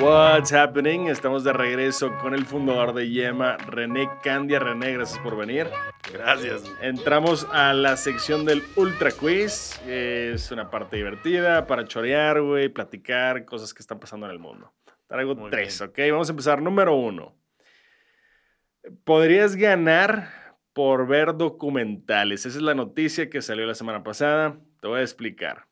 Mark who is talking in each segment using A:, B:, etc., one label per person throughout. A: What's happening? Estamos de regreso con el fundador de Yema, René Candia. René, gracias por venir.
B: Gracias.
A: Eh, Entramos a la sección del Ultra Quiz. Es una parte divertida para chorear, güey, platicar cosas que están pasando en el mundo. Traigo
B: Muy
A: tres, ¿ok? Vamos a empezar. Número uno. ¿Podrías ganar por ver documentales? Esa es la noticia que salió la semana pasada. Te voy a explicar.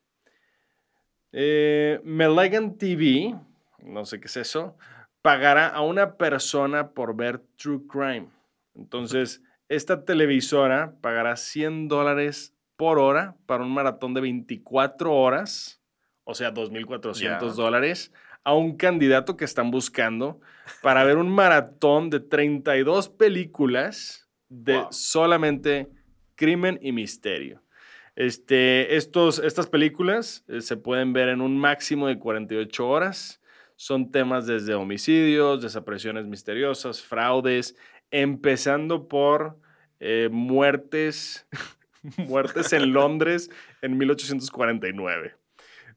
A: Eh, Melegan TV, no sé qué es eso, pagará a una persona por ver True Crime. Entonces, esta televisora pagará 100 dólares por hora para un maratón de 24 horas, o sea, 2.400
B: Ya.
A: dólares, a un candidato que están buscando para ver un maratón de 32 películas de
B: Wow.
A: solamente crimen y misterio. Este, estos, estas películas eh, se pueden ver en un máximo de 48 horas. Son temas desde homicidios, desapariciones misteriosas, fraudes, empezando por eh, muertes, muertes en Londres en 1849.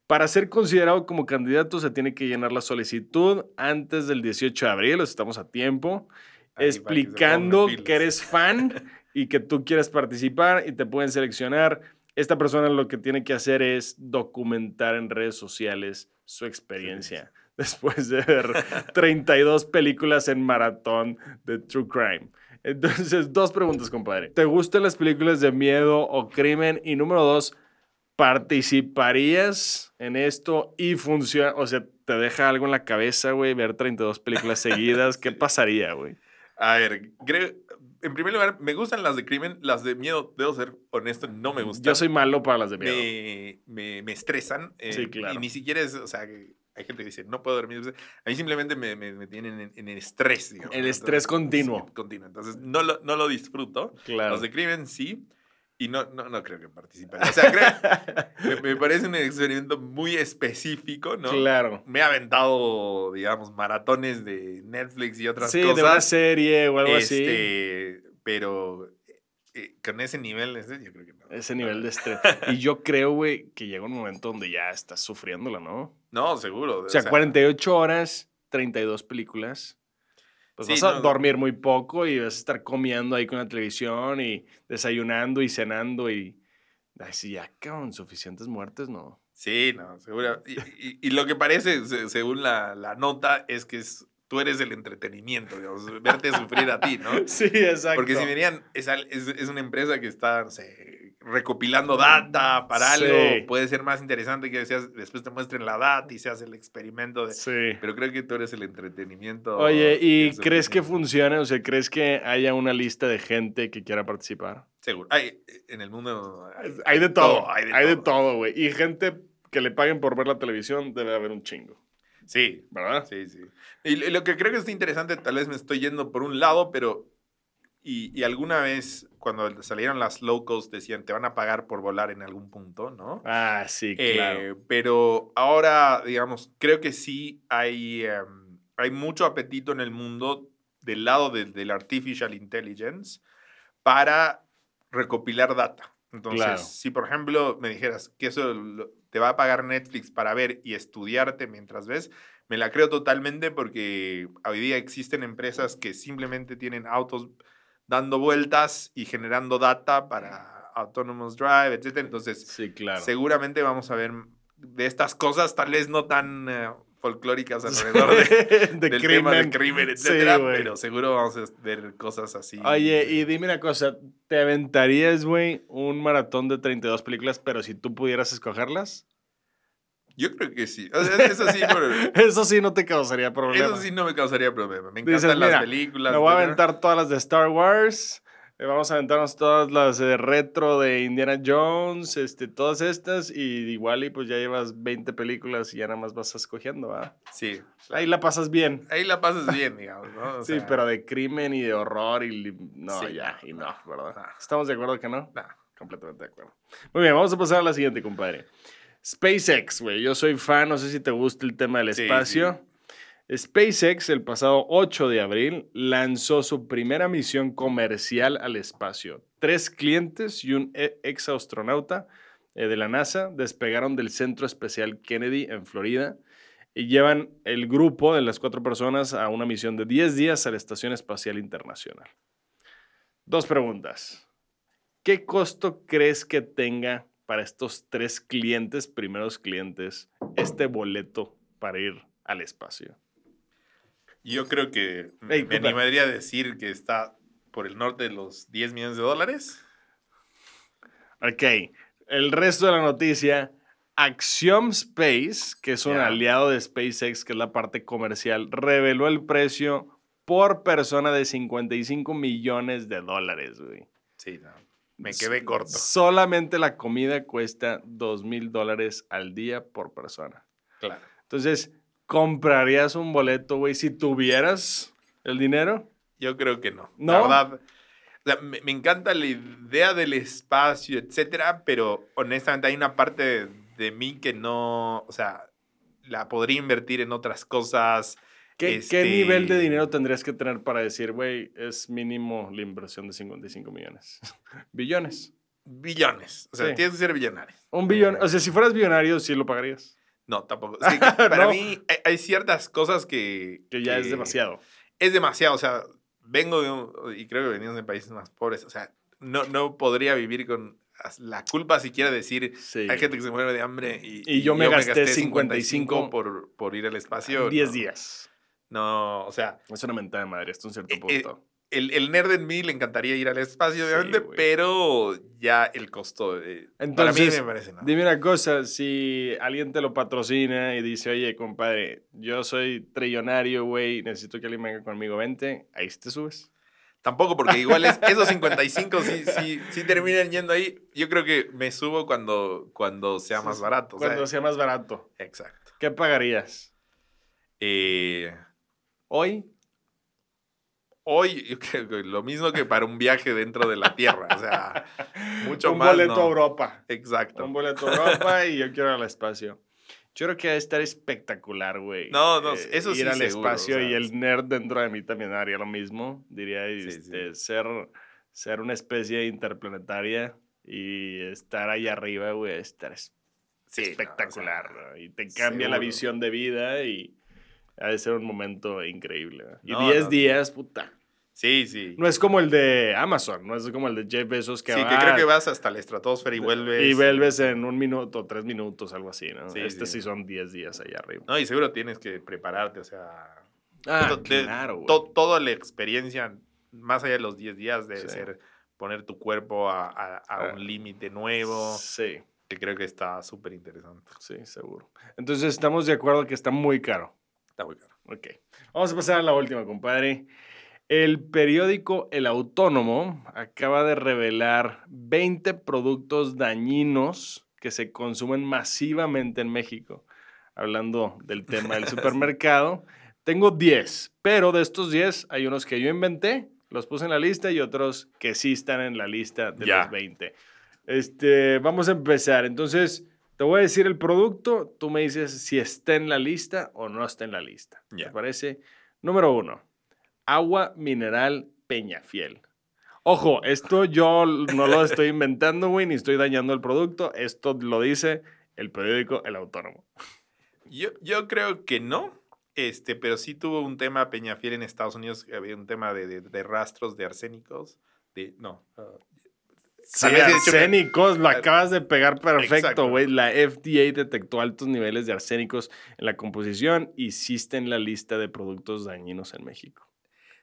A: Para ser considerado como candidato se tiene que llenar la solicitud antes del 18 de abril, o sea, estamos a tiempo,
B: Ahí va, que se pongan
A: explicando
B: pilas.
A: que eres fan y que tú quieres participar y te pueden seleccionar. Esta persona lo que tiene que hacer es documentar en redes sociales su experiencia después de ver 32 películas en maratón de True Crime. Entonces, dos preguntas, compadre. ¿Te gustan las películas de miedo o crimen? Y número dos, ¿participarías en esto y funciona? O sea, ¿te deja algo en la cabeza, güey, ver 32 películas seguidas? ¿Qué pasaría, güey?
B: A ver, creo, en primer lugar, me gustan las de crimen, las de miedo, debo ser honesto, no me gustan.
A: Yo soy malo para las de miedo.
B: me, me, me estresan. eh,
A: Sí, claro.
B: Y ni siquiera es, o sea, que hay gente que dice, no puedo dormir. A mí simplemente me, me- me tienen en, en el estrés, digamos.
A: El
B: ¿no?
A: estrés continuo.
B: sí, continuo. Entonces, no lo, no lo disfruto.
A: Claro.
B: Los de crimen sí, y no, no, no creo que participen. O sea, creo- me, me parece un experimento muy específico, ¿no?
A: Claro.
B: Me he aventado, digamos, maratones de Netflix y otras
A: Sí,
B: cosas.
A: de una serie o algo así.
B: este, Pero eh, con ese nivel, ese, yo creo que no.
A: Ese nivel de estrés. Y yo creo, güey, que llega un momento donde ya estás sufriéndola, ¿no?
B: No, seguro.
A: O sea, 48 horas, 32 películas. Pues
B: Sí,
A: vas a
B: no, no.
A: dormir muy poco y vas a estar comiendo ahí con la televisión y desayunando y cenando y... Ay, sí, ya, cabrón, suficientes muertes, ¿no?
B: Sí, no, seguro. Y, y- y lo que parece, se- según la, la nota, es que es- tú eres el entretenimiento, digamos, verte sufrir a ti, ¿no?
A: Sí, exacto.
B: Porque si verían, es, al- es, es una empresa que está, no sé, recopilando data para
A: Sí.
B: algo, puede ser más interesante que seas, después te muestren la data y se hace el experimento de...
A: Sí.
B: Pero creo que tú eres el entretenimiento.
A: Oye,
B: y
A: ¿y
B: el
A: crees que
B: sufrimiento.
A: funcione? O sea, ¿crees que haya una lista de gente que quiera participar?
B: Seguro. Ay, en el mundo... hay-
A: Hay de todo,
B: hay de
A: hay de
B: todo.
A: todo, güey. Y gente que le paguen por ver la televisión debe haber un chingo,
B: Sí,
A: ¿verdad?
B: Sí, sí. Y lo- lo que creo que está interesante, tal vez me estoy yendo por un lado, pero. Y, y alguna vez, cuando salieron las low cost, decían, te van a pagar por volar en algún punto, ¿no?
A: Ah, sí,
B: Eh,
A: claro.
B: Pero ahora, digamos, creo que sí hay, em, hay mucho apetito en el mundo del lado de- del artificial intelligence para recopilar data. Entonces,
A: Claro.
B: si por ejemplo me dijeras que eso lo- te va a pagar Netflix para ver y estudiarte mientras ves, me la creo totalmente porque hoy día existen empresas que simplemente tienen autos dando vueltas y generando data para autonomous drive, etc. Entonces,
A: Sí, claro.
B: seguramente vamos a ver de estas cosas, tal vez no tan eh, folclóricas alrededor de,
A: De
B: del
A: crimen.
B: tema del crimen,
A: Sí,
B: etcétera,
A: güey.
B: pero seguro vamos a ver cosas así.
A: Oye, y dime una cosa, ¿te aventarías, güey, un maratón de 32 películas, pero si tú pudieras escogerlas?
B: Yo creo que sí. O sea, eso sí, pero-
A: Eso sí no te causaría problema.
B: eso sí no me causaría problema. Me encantan
A: Dices, mira,
B: las películas.
A: Me voy a
B: etcétera.
A: aventar todas las de Star Wars, eh, vamos a aventarnos todas las de retro de Indiana Jones, este, todas estas, y igual y pues ya llevas 20 películas y ya nada más vas escogiendo, ¿va?
B: Sí.
A: Ahí la pasas bien.
B: Ahí la pasas bien, digamos, ¿no? O
A: sí,
B: sea,
A: pero de crimen y de horror y li- no,
B: Sí, Ah.
A: ya,
B: no,
A: y no, ¿verdad?
B: no.
A: Estamos de acuerdo que no.
B: nah.
A: Completamente de acuerdo. Muy bien, vamos a pasar a la siguiente, compadre. SpaceX, güey. Yo soy fan, no sé si te gusta el tema del
B: Sí,
A: espacio. SpaceX, el pasado 8 de abril, lanzó su primera misión comercial al espacio. Tres clientes y un e- exastronauta eh, de la NASA despegaron del Centro Especial Kennedy en Florida y llevan el grupo de las cuatro personas a una misión de 10 días a la Estación Espacial Internacional. Dos preguntas. ¿Qué costo crees que tenga para estos tres clientes, primeros clientes, este boleto para ir al espacio?
B: Yo creo que
A: Ey,
B: me
A: puta.
B: animaría a decir que está por el norte de los 10 millones de dólares.
A: Ok, el resto de la noticia. Axiom Space, que es un
B: Ya.
A: aliado de SpaceX, que es la parte comercial, reveló el precio por persona de 55 millones de dólares, güey.
B: Sí, no, me quedé corto.
A: Solamente la comida cuesta 2 mil dólares al día por persona.
B: Claro.
A: Entonces, ¿comprarías un boleto, güey, si tuvieras el dinero?
B: Yo creo que no.
A: ¿No?
B: La verdad, la- me, me encanta la idea del espacio, etcétera, pero honestamente hay una parte de, de mí que no, o sea, la podría invertir en otras cosas.
A: ¿Qué, qué
B: Este-
A: nivel de dinero tendrías que tener para decir, güey, es mínimo la inversión de 55 millones? Billones.
B: Billones. O sea,
A: Sí.
B: tienes que ser billonario.
A: Un billón. O sea, si fueras billonario, sí lo pagarías.
B: No, tampoco. Es que para
A: No.
B: mí hay, hay ciertas cosas que...
A: Que ya es demasiado.
B: Es demasiado, o sea, vengo de un- y creo que venimos de países más pobres, o sea, no, no podría vivir con la culpa siquiera de decir,
A: Sí.
B: Hay gente que se muere de hambre y,
A: Y yo me gasté 55
B: por, por ir al espacio.
A: 10
B: no.
A: días.
B: No, o sea,
A: "Oh, Es una mentada de madre hasta un cierto
B: Eh, eh,
A: punto.
B: el, el nerd en mí le encantaría ir al espacio,
A: Sí,
B: obviamente,
A: güey.
B: pero ya el costo. eh, para
A: Entonces,
B: mí me parece nada.
A: Dime una cosa, si alguien te lo patrocina y dice, oye, compadre, yo soy trillonario, güey, necesito que alguien venga conmigo, vente, ahí sí te subes.
B: Tampoco, porque igual es- esos 55 sí, sí, sí terminan yendo ahí. Yo creo que me subo cuando, cuando sea
A: Sí,
B: más
A: sí.
B: barato. o sea,
A: Cuando sea más barato,
B: Exacto.
A: ¿qué pagarías?
B: Eh,
A: ¿Hoy?
B: hoy, yo creo que lo mismo que para un viaje dentro de la Tierra. O sea, mucho
A: un
B: más.
A: boleto
B: no.
A: a Europa.
B: Exacto.
A: Un boleto a Europa y yo quiero ir al espacio. Yo creo que debe estar espectacular, güey. eh,
B: No, no, eso sí
A: Ir al
B: seguro,
A: espacio
B: o sea,
A: y el nerd dentro de mí también haría lo mismo. Diría,
B: Sí,
A: este, Ser, ser una especie interplanetaria y estar ahí arriba, güey, estar
B: Sí, no, o sea,
A: espectacular. ¿no? Y te cambia la
B: seguro.
A: visión de vida y ha de ser un momento increíble. ¿no?
B: No,
A: Y 10
B: no.
A: días, puta.
B: Sí, sí.
A: No es como el de Amazon, no es como el de Jeff Bezos que
B: sí,
A: va
B: que creo que vas hasta la estratosfera y vuelves.
A: y vuelves en un minuto, tres minutos, algo así, ¿no?
B: Sí,
A: este
B: sí.
A: sí son 10 días allá arriba.
B: No, y seguro tienes que prepararte, o sea. to- te-
A: Ah, güey.
B: to- toda la experiencia, más allá de los 10 días, debe
A: Sí.
B: ser poner tu cuerpo a, a- a
A: Ah.
B: un límite nuevo,
A: Sí,
B: que creo que está súper interesante.
A: sí, seguro. Entonces estamos de acuerdo que está muy caro.
B: Está muy caro.
A: Ok. Vamos a pasar a la última, compadre. El periódico El Autónomo acaba de revelar 20 productos dañinos que se consumen masivamente en México. Hablando del tema del supermercado, tengo 10, pero de estos 10 hay unos que yo inventé, los puse en la lista y otros que sí están en la lista de
B: Ya.
A: los 20. Este, vamos a empezar. Entonces, te voy a decir el producto, tú me dices si está en la lista o no está en la lista.
B: Ya.
A: ¿Te parece? Número uno, agua mineral Peñafiel. Ojo, esto yo no lo estoy inventando, güey, ni estoy dañando el producto. Esto lo dice el periódico El Autónomo.
B: Yo, yo creo que no, este, pero sí tuvo un tema Peñafiel en Estados Unidos, que había un tema de, de- de rastros de arsénicos. De, no, ah,
A: Sí,
B: Tal vez he dicho que-
A: arsénicos, lo
B: Ar-
A: acabas de pegar perfecto,
B: eh, Exacto.
A: güey. La FDA detectó altos niveles de arsénicos en la composición y existe en la lista de productos dañinos en México.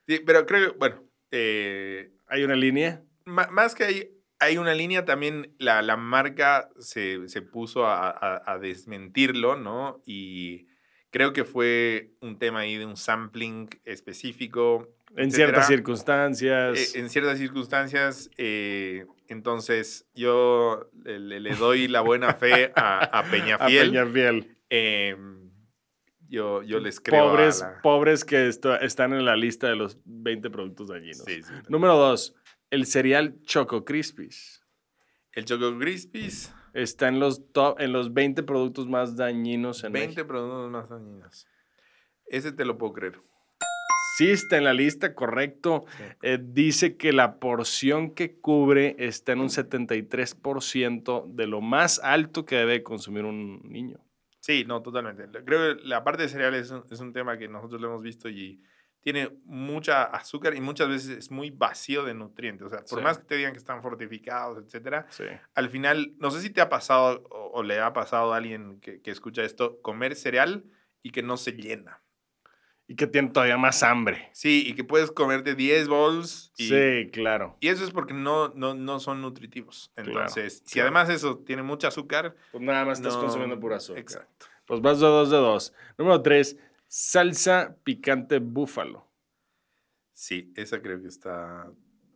B: sí, pero creo que, bueno, eh,
A: Hay una línea
B: Ma- más que hay, hay una línea también, la, la marca se, se puso a, a- a desmentirlo, ¿no? Y creo que fue un tema ahí de un sampling específico.
A: en
B: etcétera.
A: ciertas circunstancias.
B: Eh, en ciertas circunstancias, eh, entonces yo le, le- le doy la buena fe a, a
A: a
B: Peñafiel.
A: Peñafiel.
B: Eh, yo, yo les creo. a
A: pobres,
B: la-
A: pobres que esto- están en la lista de los 20 productos dañinos.
B: Sí, sí.
A: Número dos, el cereal Choco Crispies.
B: El Choco Crispies,
A: Está en los, top, en los 20 productos más dañinos en
B: 20
A: México.
B: productos más dañinos. Ese te lo puedo creer.
A: Sí, está en la lista, correcto.
B: Sí.
A: Eh, dice que la porción que cubre está
B: Mm.
A: en un 73% de lo más alto que debe consumir un niño.
B: Sí, no, totalmente. Creo que la parte de cereales es un, es un tema que nosotros lo hemos visto y tiene mucha azúcar y muchas veces es muy vacío de nutrientes. O sea, por
A: Sí.
B: más que te digan que están fortificados, etcétera,
A: Sí.
B: al final, no sé si te ha pasado o, o le ha pasado a alguien que, que escucha esto, comer cereal y que no se llena.
A: Y que tienen todavía más hambre.
B: Sí, y que puedes comerte 10 bowls y,
A: Sí, claro.
B: y eso es porque no, no, no son nutritivos.
A: Claro,
B: Entonces, si
A: claro.
B: además eso tiene mucho azúcar,
A: Pues nada más estás
B: no-
A: consumiendo pura azúcar.
B: Exacto.
A: Pues vas de dos de dos. Número tres, salsa picante búfalo.
B: Sí, esa creo que está...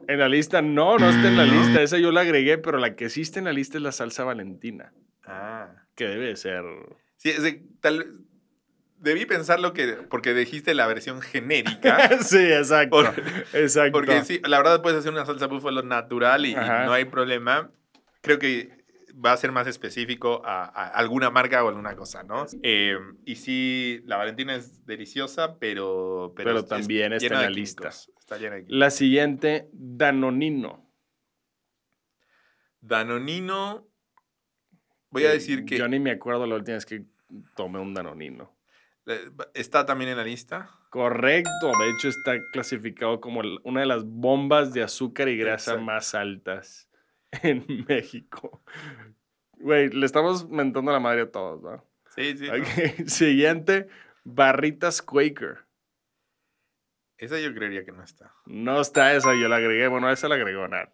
A: En la lista, no, no está en la lista. Esa yo la agregué, pero la que sí está en la lista es la salsa valentina,
B: Ah.
A: que debe de ser.
B: Sí, es de- tal debí pensarlo que porque dijiste la versión genérica.
A: sí, exacto.
B: ¿Ah? Por-
A: exacto.
B: porque sí, la verdad puedes hacer una salsa búfalo natural y, y
A: Ajá.
B: no hay problema. Creo que va a ser más específico a, a alguna marca o alguna cosa, ¿no? Eh, y sí, la Valentina es deliciosa, pero...
A: Pero también está
B: llena
A: en
B: de
A: la lista.
B: químicos, Está llena de químicos.
A: La siguiente, Danonino.
B: Danonino, voy a
A: Eh,
B: decir que
A: Yo ni me acuerdo la última vez que tomé un Danonino.
B: eh, está también en la lista.
A: Correcto, de hecho está clasificado como el- una de las bombas de azúcar y grasa
B: Exacto.
A: más altas en México. Güey, le estamos mentando la madre a todos, ¿no?
B: Sí, sí. ¿no?
A: Ok, Siguiente, barritas Quaker.
B: Esa yo creería que no está.
A: No está esa, yo la agregué. Bueno, esa la agregó Nat.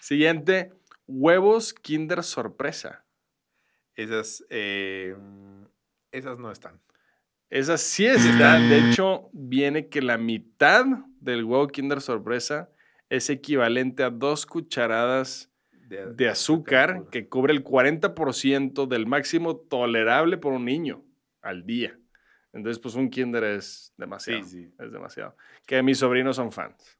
A: Siguiente, huevos Kinder Sorpresa.
B: Esas, eh, esas no están.
A: Esa sí está. De hecho, viene que la mitad del huevo Kinder Sorpresa es equivalente a dos cucharadas de azúcar
B: pura.
A: que cubre el 40% del máximo tolerable por un niño al día. Entonces, pues un Kinder es demasiado.
B: Sí, sí.
A: Es demasiado. Que mis sobrinos son fans.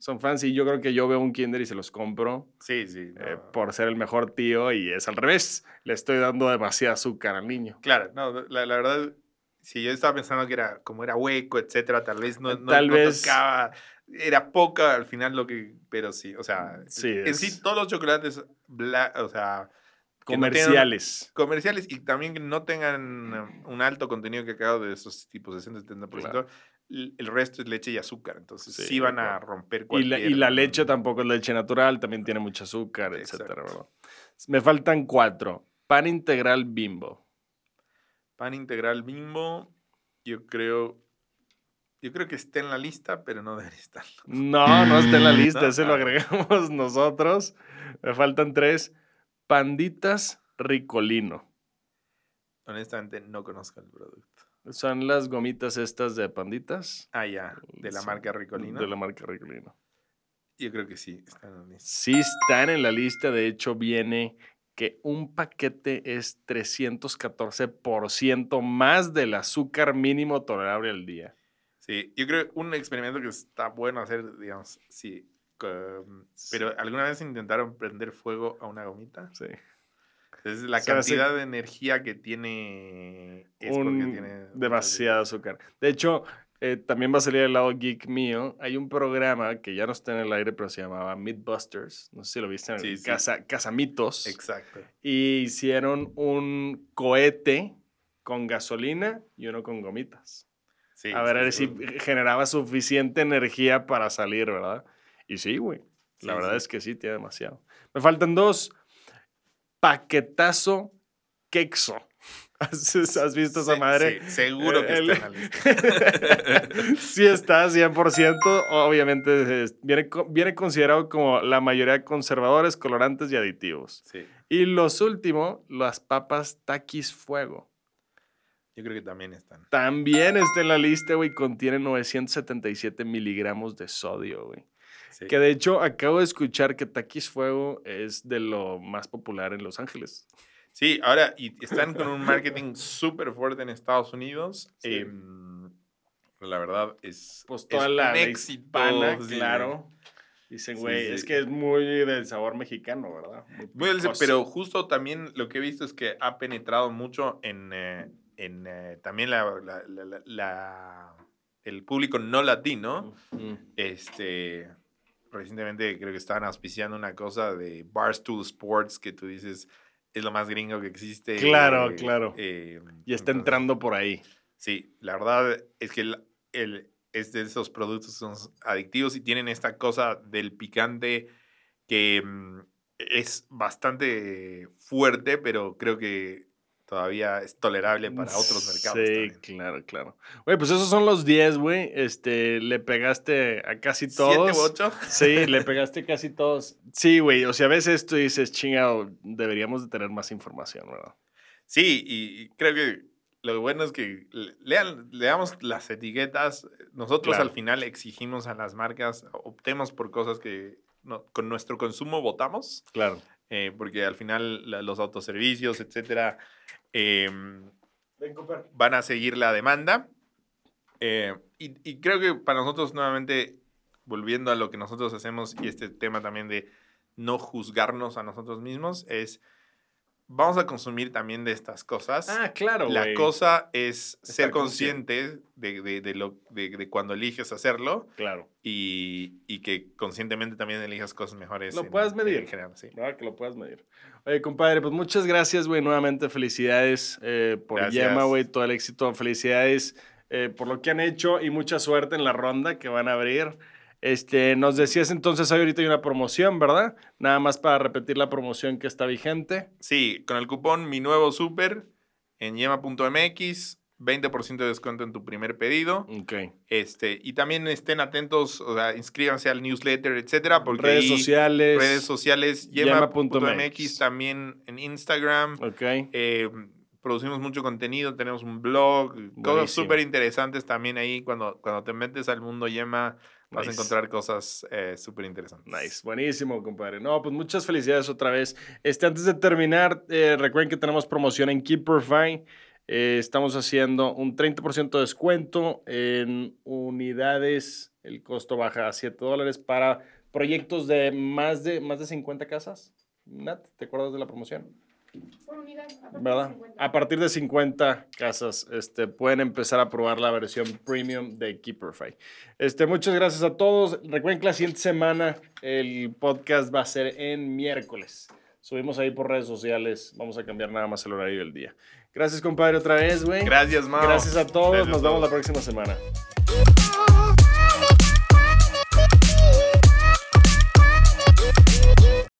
A: Son fans y yo creo que yo veo un Kinder y se los compro
B: Sí, sí.
A: eh,
B: no.
A: por ser el mejor tío y es al revés. Le estoy dando demasiado azúcar al niño.
B: Claro, no, la, la verdad, si yo estaba pensando que era como era hueco, etcétera, tal vez no, no,
A: Eh, Tal
B: no
A: vez-
B: tocaba, era poca al final lo que, pero sí, o sea,
A: Mm, Sí,
B: en
A: es-
B: sí todos los chocolates, bla- o sea, que no tengan-
A: Comerciales.
B: comerciales y también que no tengan eh, un alto contenido que acabo de esos tipos 60-70%,
A: Claro.
B: l- el resto es leche y azúcar, entonces sí,
A: Sí,
B: van
A: de
B: a
A: acuerdo.
B: romper
A: Y la,
B: cualquier...
A: y la leche tampoco es leche natural, también tiene mucho azúcar,
B: Exacto.
A: etcétera, ¿verdad? Me faltan cuatro. Pan integral bimbo.
B: Pan integral bimbo, yo creo, yo creo que está en la lista, pero no debería estar.
A: No, no está en la lista,
B: No,
A: ese
B: ah.
A: lo agregamos nosotros. Me faltan tres. Panditas ricolino.
B: Honestamente, no conozco el producto.
A: Son las gomitas estas de panditas.
B: Ah, ya, de la
A: Sí,
B: marca Ricolino.
A: De la marca Ricolino.
B: Yo creo que sí, está en la lista.
A: Sí están en la lista, de hecho viene que un paquete es 314% más del azúcar mínimo tolerable al día.
B: Sí, yo creo que un experimento que está bueno hacer, digamos, sí. com- Pero ¿alguna vez intentaron prender fuego a una gomita?
A: Sí.
B: Es la
A: Se hace-
B: cantidad de energía que tiene es porque
A: Un-
B: tiene
A: demasiado azúcar. De hecho, eh, también va a salir el lado geek mío. Hay un programa que ya no está en el aire, pero se llamaba Mythbusters. No sé si lo viste en
B: Sí,
A: el
B: sí.
A: Casa, Casamitos.
B: Exacto.
A: y hicieron un cohete con gasolina y uno con gomitas.
B: Sí,
A: a ver,
B: sí,
A: a ver si
B: sí.
A: generaba suficiente energía para salir, ¿verdad? Y sí, güey. La
B: Sí,
A: verdad
B: sí.
A: es que sí, tiene demasiado. Me faltan dos. Paquetazo quexo. ¿Has, has visto esa
B: Sí,
A: madre? Eh,
B: sí, seguro que
A: El-
B: está en la lista.
A: Sí está, 100%. Obviamente es- viene, co- viene considerado como la mayoría de conservadores, colorantes y aditivos.
B: sí.
A: Y los últimos, las papas taquis fuego.
B: Yo creo que también están.
A: También está en la lista, güey. Contiene 977 miligramos de sodio, güey.
B: Sí.
A: Que de hecho acabo de escuchar que Taquis Fuego es de lo más popular en Los Ángeles.
B: Sí, ahora y están con un marketing súper fuerte en Estados Unidos.
A: Sí.
B: em, la verdad es,
A: Pues
B: es
A: toda
B: un
A: la
B: éxito,
A: pana,
B: sí,
A: claro. Dicen,
B: Sí,
A: güey,
B: sí.
A: es que es muy del sabor mexicano, ¿verdad?
B: Muy dulce,
A: picoso.
B: pero justo también lo que he visto es que ha penetrado mucho en, eh, en eh, también la, la- la- la- la- el público no latino.
A: Mm.
B: Este, recientemente creo que estaban auspiciando una cosa de Barstool Sports que tú dices, es lo más gringo que existe.
A: Claro, claro.
B: eh,
A: Y está
B: entonces,
A: entrando por ahí.
B: Sí, la verdad es que el, el- es de esos productos que son adictivos y tienen esta cosa del picante que mm, es bastante fuerte, pero creo que todavía es tolerable para otros mercados.
A: Sí,
B: también.
A: claro, claro. Güey, pues esos son los 10, güey. Este, le pegaste a casi todos.
B: ¿Siete u ocho?
A: Sí, le pegaste casi todos. Sí, güey. O sea, a veces esto y dices, chingado, deberíamos de tener más información, ¿verdad?
B: Sí, y y creo que lo bueno es que le- lean, leamos las etiquetas. eh, Nosotros
A: Claro.
B: al final exigimos a las marcas, optemos por cosas que no- con nuestro consumo votamos,
A: Claro.
B: eh, porque al final la- los autoservicios, etcétera, eh,
A: Ven, Cooper.
B: van a seguir la demanda. Eh, y, y creo que para nosotros, nuevamente, volviendo a lo que nosotros hacemos y este tema también de no juzgarnos a nosotros mismos, es vamos a consumir también de estas cosas.
A: Ah, claro,
B: La
A: güey.
B: cosa es ser
A: consciente.
B: consciente de, de- de lo, de, de cuando eliges hacerlo
A: Claro.
B: y, y que conscientemente también elijas cosas mejores.
A: Lo puedas medir.
B: general, sí.
A: Ahora que lo puedas medir. Oye, compadre, pues muchas gracias, güey. Nuevamente, felicidades eh, por
B: Gracias.
A: Yema, güey. Todo el éxito. Felicidades eh, por lo que han hecho y mucha suerte en la ronda que van a abrir. Este, nos decías entonces, hay ahorita hay una promoción, ¿verdad? Nada más para repetir la promoción que está vigente.
B: Sí, con el cupón Mi Nuevo Super en yema.mx, 20% de descuento en tu primer pedido.
A: Ok.
B: Este, y también estén atentos, o sea, inscríbanse al newsletter, etcétera, porque
A: Redes
B: ahí-
A: sociales.
B: redes sociales,
A: yema.mx.
B: yema.mx, también en Instagram.
A: Ok.
B: Eh, producimos mucho contenido, tenemos un blog,
A: Buenísimo.
B: cosas súper interesantes también ahí. Cuando, cuando te metes al mundo Yema, vas a
A: Nice.
B: encontrar cosas eh, súper interesantes.
A: Nice, buenísimo, compadre. No, pues muchas felicidades otra vez. Este, antes de terminar, eh, recuerden que tenemos promoción en Keeperfy. Eh, estamos haciendo un 30% de descuento en unidades. El costo baja a 7 dólares para proyectos de más de, más de 50 casas. Nat, ¿te acuerdas de la promoción?
C: Por unidad, a partir de
A: ¿verdad?
C: 50.
A: A partir de 50 casas este, pueden empezar a probar la versión premium de Keeperfy. Este, muchas gracias a todos. Recuerden que la siguiente semana el podcast va a ser en miércoles. Subimos ahí por redes sociales. Vamos a cambiar nada más el horario del día. Gracias, compadre, otra vez, güey.
B: Gracias, Mao.
A: Gracias a todos.
B: Gracias a
A: Nos vemos
B: todos.
A: la próxima semana.